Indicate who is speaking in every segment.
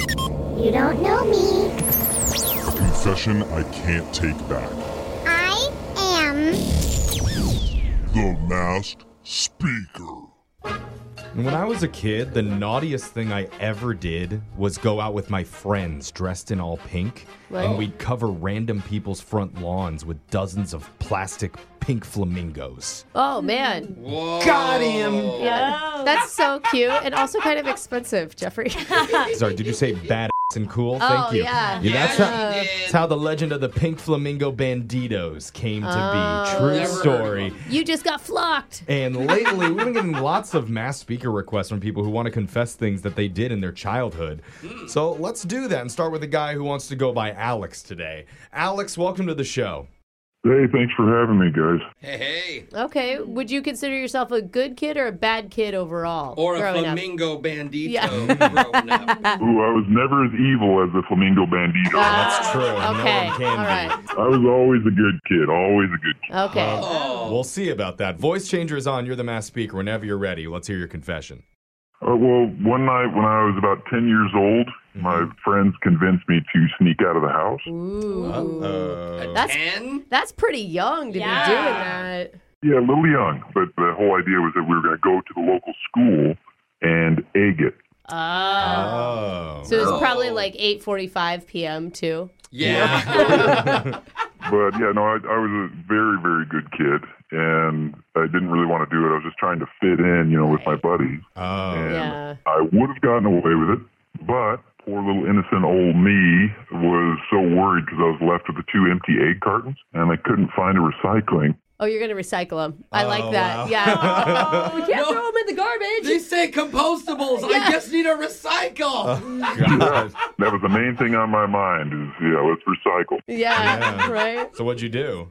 Speaker 1: You don't know me.
Speaker 2: Confession I can't take back.
Speaker 1: I am.
Speaker 2: The Masked Speaker.
Speaker 3: When I was a kid, the naughtiest thing I ever did was go out with my friends dressed in all pink, and we'd cover random people's front lawns with dozens of plastic pink flamingos.
Speaker 4: Oh man,
Speaker 3: Got him!
Speaker 4: yeah, that's so cute and also kind of expensive, Jeffrey.
Speaker 3: Sorry, did you say badass and cool? Thank
Speaker 4: Oh,
Speaker 3: you.
Speaker 4: yeah.
Speaker 3: that's, how, that's how the legend of the pink flamingo banditos came to
Speaker 4: Oh.
Speaker 3: be. True story.
Speaker 4: you just got flocked.
Speaker 3: And lately, we've been getting lots of mass speaker requests from people who want to confess things that they did in their childhood.
Speaker 4: Hmm.
Speaker 3: So let's do that and start with a guy who wants to go by Alex today. Alex, welcome to the show.
Speaker 2: Hey, thanks for having me, guys.
Speaker 5: Hey, hey.
Speaker 4: Okay, would you consider yourself a good kid or a bad kid overall?
Speaker 5: Or a
Speaker 4: growing up?
Speaker 5: flamingo bandito
Speaker 4: Yeah.
Speaker 5: growing up.
Speaker 2: Ooh, I was never as evil as the Flamingo Bandito.
Speaker 3: That's true.
Speaker 4: Okay,
Speaker 3: No one
Speaker 4: all
Speaker 3: can be.
Speaker 4: right,
Speaker 2: I was always a good kid, always a good kid.
Speaker 4: okay.
Speaker 3: We'll see about that. Voice changer is on. You're the mass speaker. Whenever you're ready, let's hear your confession.
Speaker 2: Uh, well, one night when I was about 10 years old, my friends convinced me to sneak out of the house.
Speaker 4: Ooh,
Speaker 3: Uh,
Speaker 4: that's
Speaker 5: Ten?
Speaker 4: that's pretty young to
Speaker 6: Yeah.
Speaker 4: be doing that.
Speaker 2: Yeah, a little young, but the whole idea was that we were going to go to the local school and egg it.
Speaker 4: Oh,
Speaker 3: oh.
Speaker 4: so it's probably like 8:45 p.m. too.
Speaker 5: Yeah.
Speaker 2: But yeah, no, I, I was a very, very good kid, and I didn't really want to do it. I was just trying to fit in, you know, with my buddies.
Speaker 3: oh.
Speaker 2: And
Speaker 4: Yeah.
Speaker 2: I would have gotten away with it, but poor little innocent old me was so worried because I was left with the two empty egg cartons, and I couldn't find a recycling.
Speaker 4: Oh, you're gonna recycle them. I
Speaker 3: Oh,
Speaker 4: like
Speaker 3: wow.
Speaker 4: that. Yeah. we can't
Speaker 5: No.
Speaker 4: throw them in the garbage.
Speaker 5: they say compostables. I just need a recycle.
Speaker 3: God.
Speaker 2: That was the main thing on my mind is, yeah, let's recycle.
Speaker 4: yeah.
Speaker 3: Yeah.
Speaker 4: Right.
Speaker 3: So what'd you do?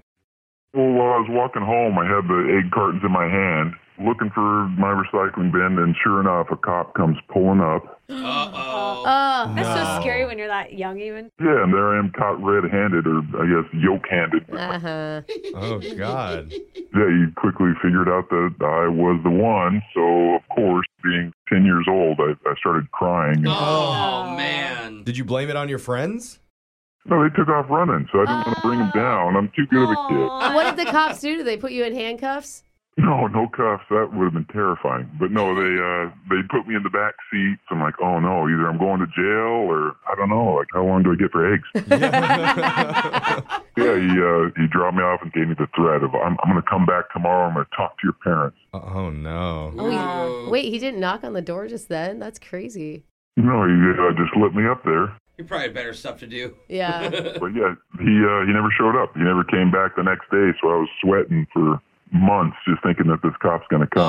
Speaker 2: Well, while I was walking home, I had the egg cartons in my hand, looking for my recycling bin, and sure enough, a cop comes pulling up.
Speaker 5: Uh-oh.
Speaker 4: Oh.
Speaker 6: That's
Speaker 3: No.
Speaker 6: so scary when you're that young, even.
Speaker 2: Yeah, and there I am caught red-handed, or I guess yoke-handed.
Speaker 4: Uh huh.
Speaker 3: Oh, God.
Speaker 2: Yeah, you quickly figured out that I was the one. So, of course, being 10 years old, I, I started crying.
Speaker 5: Oh,
Speaker 2: No,
Speaker 5: man.
Speaker 3: Did you blame it on your friends?
Speaker 2: they took off running, so I didn't want to bring them down. I'm too good of a kid.
Speaker 4: What did the cops do? Did they put you in handcuffs?
Speaker 2: No, no cuffs. That would have been terrifying. But no, they uh, they put me in the back seat. So I'm like, oh no, either I'm going to jail or I don't know. Like, how long do I get for eggs? yeah, he uh, he dropped me off and gave me the threat of I'm I'm going to come back tomorrow. I'm going to talk to your parents.
Speaker 3: Oh, no.
Speaker 4: Oh,
Speaker 5: Ooh.
Speaker 4: he, wait, he didn't knock on the door just then? That's crazy.
Speaker 2: No, he uh, just let me up there.
Speaker 5: You probably had better stuff to do.
Speaker 4: Yeah.
Speaker 2: But yeah, he uh, he never showed up. He never came back the next day, so I was sweating for months just thinking that this cop's gonna
Speaker 4: Ah.
Speaker 2: come.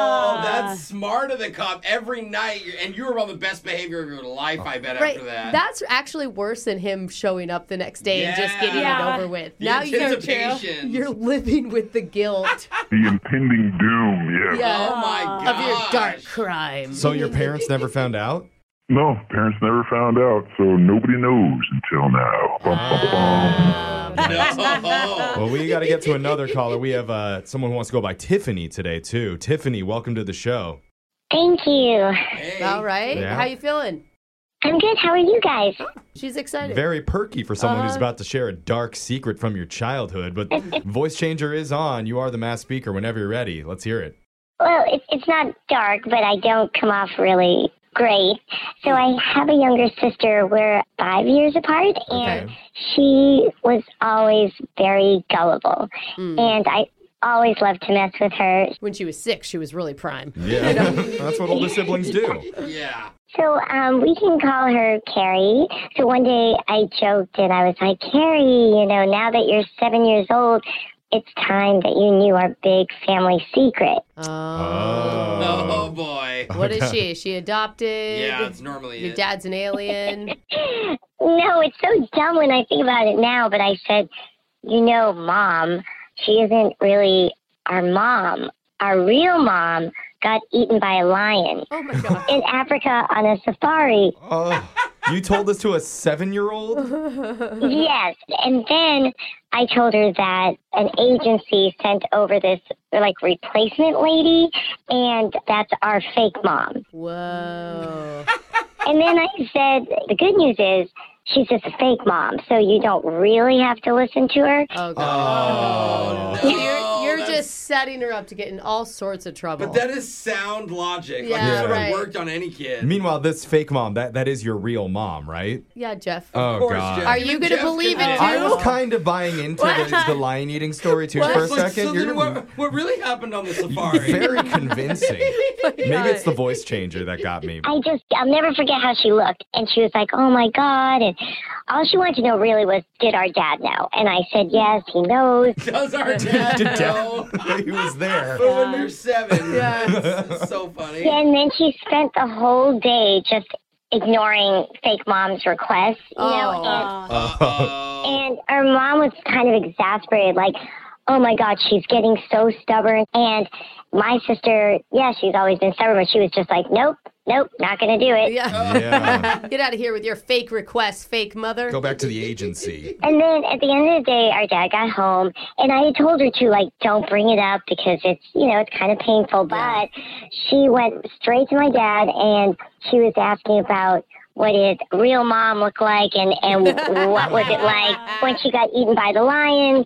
Speaker 5: Oh, that's smart of the cop. Every night, you- and you were on the best behavior of your life, I bet,
Speaker 4: Right.
Speaker 5: after that.
Speaker 4: That's actually worse than him showing up the next day and just getting
Speaker 6: Yeah.
Speaker 4: it over with.
Speaker 5: The
Speaker 4: now you're
Speaker 5: anticipation.
Speaker 4: you're living with the guilt
Speaker 2: The impending doom, yeah.
Speaker 4: yeah,
Speaker 5: oh, my God.
Speaker 4: uh, of your dark crime.
Speaker 3: So your parents never found out?
Speaker 2: No, parents never found out, so nobody knows until now. Bum, bum, bum.
Speaker 5: No.
Speaker 3: Well, we got to get to another caller. We have uh, someone who wants to go by Tiffany today, too. Tiffany, welcome to the show.
Speaker 1: Thank you.
Speaker 5: Hey.
Speaker 4: All right.
Speaker 3: Yeah.
Speaker 4: How you feeling?
Speaker 1: I'm good. How are you guys?
Speaker 4: She's excited.
Speaker 3: Very perky for someone
Speaker 5: Uh-huh.
Speaker 3: who's about to share a dark secret from your childhood, but voice changer is on. You are the mass speaker whenever you're ready. Let's hear it.
Speaker 1: Well, it, it's not dark, but I don't come off really great. So I have a younger sister. We're five years apart, and
Speaker 3: Okay.
Speaker 1: she was always very gullible. And I always loved to mess with her.
Speaker 4: when she was six, she was really prime.
Speaker 3: Yeah. That's what older siblings do.
Speaker 5: Yeah.
Speaker 1: So um, we can call her Carrie. So one day I joked and I was like, Carrie, you know, now that you're seven years old, it's time that you knew our big family secret.
Speaker 4: Oh.
Speaker 5: Oh, boy.
Speaker 4: What is she? Is she adopted?
Speaker 5: Yeah, it's normally
Speaker 4: Your
Speaker 5: it.
Speaker 4: dad's an alien.
Speaker 1: No, it's so dumb when I think about it now, but I said, you know, mom, she isn't really our mom. Our real mom got eaten by a lion
Speaker 4: oh my god.
Speaker 1: in Africa on a safari.
Speaker 3: Oh, you told this to a seven year
Speaker 5: Uh-huh.
Speaker 3: old?
Speaker 4: Mm-hmm.
Speaker 1: Yes. And then I told her that an agency sent over this like replacement lady and that's our fake mom.
Speaker 4: Whoa.
Speaker 1: And then I said, the good news is she's just a fake mom, so you don't really have to listen to her.
Speaker 4: Oh,
Speaker 5: Oh,
Speaker 4: God.
Speaker 5: no,
Speaker 4: you're you're
Speaker 5: that's-
Speaker 4: just setting her up to get in all sorts of trouble.
Speaker 5: But that is sound logic. like,
Speaker 4: Yeah,
Speaker 5: it
Speaker 4: right.
Speaker 5: worked on any kid.
Speaker 3: Meanwhile, this fake mom, that, that is your real mom, right?
Speaker 4: yeah, Jeff.
Speaker 5: Of
Speaker 3: Oh,
Speaker 5: course,
Speaker 3: God.
Speaker 5: Jeff.
Speaker 4: Are you
Speaker 5: Even
Speaker 4: gonna
Speaker 5: Jeff
Speaker 4: believe
Speaker 5: can
Speaker 4: it,
Speaker 5: do
Speaker 4: too?
Speaker 5: it.
Speaker 3: I was kind of buying into the,
Speaker 4: What?
Speaker 3: the lion eating story too
Speaker 4: What?
Speaker 3: for a
Speaker 5: It's like,
Speaker 3: second.
Speaker 5: so
Speaker 3: You're
Speaker 5: then what, what really happened on the safari?
Speaker 3: very convincing. Maybe it's the voice changer that got me.
Speaker 1: I just, I'll never forget how she looked. And she was like, oh my God. And all she wanted to know really was, did our dad know? And I said, yes, he knows.
Speaker 5: Does our dad
Speaker 3: Did
Speaker 5: know?
Speaker 3: Dad- he was there.
Speaker 5: But when you're seven,
Speaker 4: Yeah.
Speaker 5: it's, it's so funny.
Speaker 1: And then she spent the whole day just ignoring fake mom's requests, you know, and
Speaker 4: Oh.
Speaker 5: Uh-oh.
Speaker 1: And her mom was kind of exasperated, like, oh my God, she's getting so stubborn. And my sister, yeah, she's always been stubborn, but she was just like, nope, nope, not going to do it.
Speaker 4: Yeah.
Speaker 3: Yeah.
Speaker 4: Get out of here with your fake requests, fake mother.
Speaker 3: Go back to the agency.
Speaker 1: And then at the end of the day, our dad got home, and I had told her to, like, don't bring it up because it's, you know, it's kind of painful. But she went straight to my dad, and she was asking about what did real mom look like and, and what was it like when she got eaten by the lion.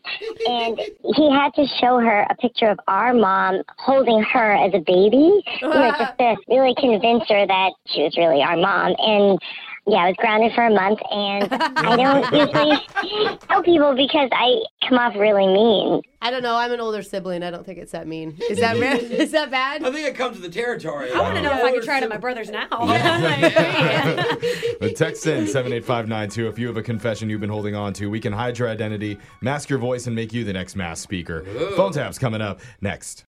Speaker 1: And he had to show her a picture of our mom holding her as a baby, you know, just to really convince her that she was really our mom. And yeah, I was grounded for a month, and I don't usually tell people because I come off really mean.
Speaker 4: I don't know. I'm an older sibling. I don't think it's that mean. Is that rare? Is that bad?
Speaker 5: I think it comes to the territory. Um,
Speaker 6: I want to know if I can try it on my brothers now. Like,
Speaker 3: But text in 78592 if you have a confession you've been holding on to. We can hide your identity, mask your voice, and make you the next mass speaker. Phone taps coming up next.